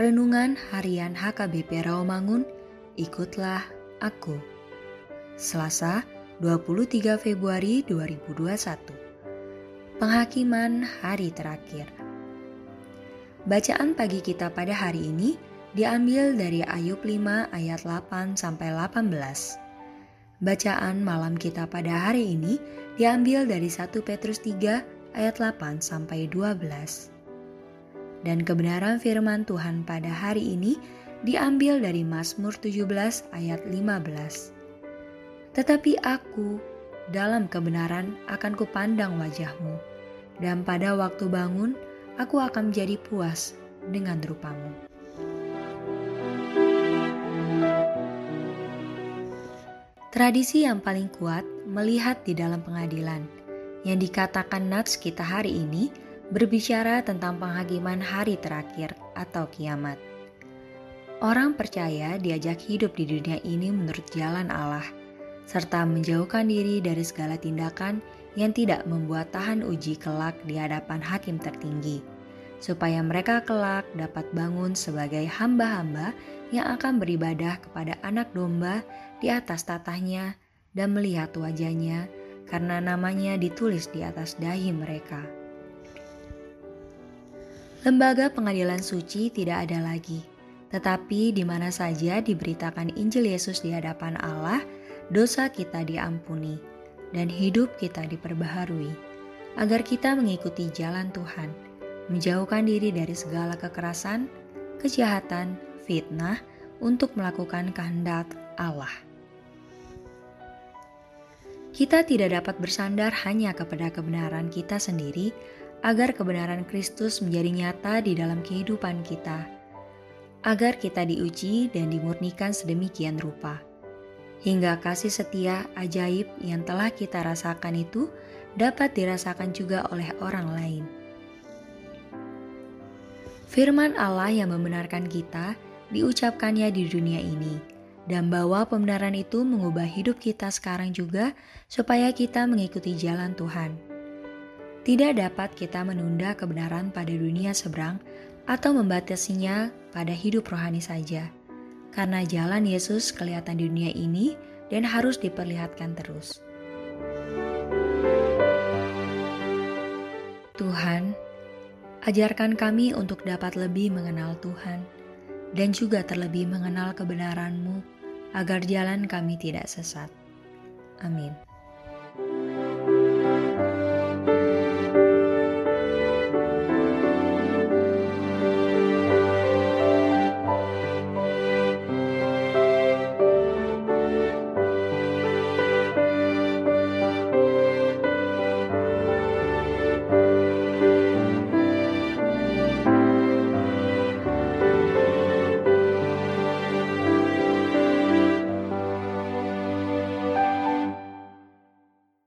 Renungan Harian HKBP Rawamangun, ikutlah aku. Selasa, 23 Februari 2021. Penghakiman hari terakhir. Bacaan pagi kita pada hari ini diambil dari Ayub 5 ayat 8 sampai 18. Bacaan malam kita pada hari ini diambil dari 1 Petrus 3 ayat 8 sampai 12 dan kebenaran firman Tuhan pada hari ini diambil dari Mazmur 17 ayat 15. Tetapi aku dalam kebenaran akan kupandang wajahmu, dan pada waktu bangun aku akan menjadi puas dengan rupamu. Tradisi yang paling kuat melihat di dalam pengadilan, yang dikatakan nats kita hari ini berbicara tentang penghakiman hari terakhir atau kiamat. Orang percaya diajak hidup di dunia ini menurut jalan Allah, serta menjauhkan diri dari segala tindakan yang tidak membuat tahan uji kelak di hadapan hakim tertinggi, supaya mereka kelak dapat bangun sebagai hamba-hamba yang akan beribadah kepada anak domba di atas tatahnya dan melihat wajahnya karena namanya ditulis di atas dahi mereka. Lembaga pengadilan suci tidak ada lagi, tetapi di mana saja diberitakan Injil Yesus di hadapan Allah, dosa kita diampuni dan hidup kita diperbaharui, agar kita mengikuti jalan Tuhan, menjauhkan diri dari segala kekerasan, kejahatan, fitnah untuk melakukan kehendak Allah. Kita tidak dapat bersandar hanya kepada kebenaran kita sendiri, agar kebenaran Kristus menjadi nyata di dalam kehidupan kita, agar kita diuji dan dimurnikan sedemikian rupa, hingga kasih setia ajaib yang telah kita rasakan itu dapat dirasakan juga oleh orang lain. Firman Allah yang membenarkan kita diucapkannya di dunia ini, dan bahwa pembenaran itu mengubah hidup kita sekarang juga, supaya kita mengikuti jalan Tuhan. Tidak dapat kita menunda kebenaran pada dunia seberang atau membatasinya pada hidup rohani saja, karena jalan Yesus kelihatan di dunia ini dan harus diperlihatkan terus. Tuhan, ajarkan kami untuk dapat lebih mengenal Tuhan dan juga terlebih mengenal kebenaran-Mu agar jalan kami tidak sesat. Amin.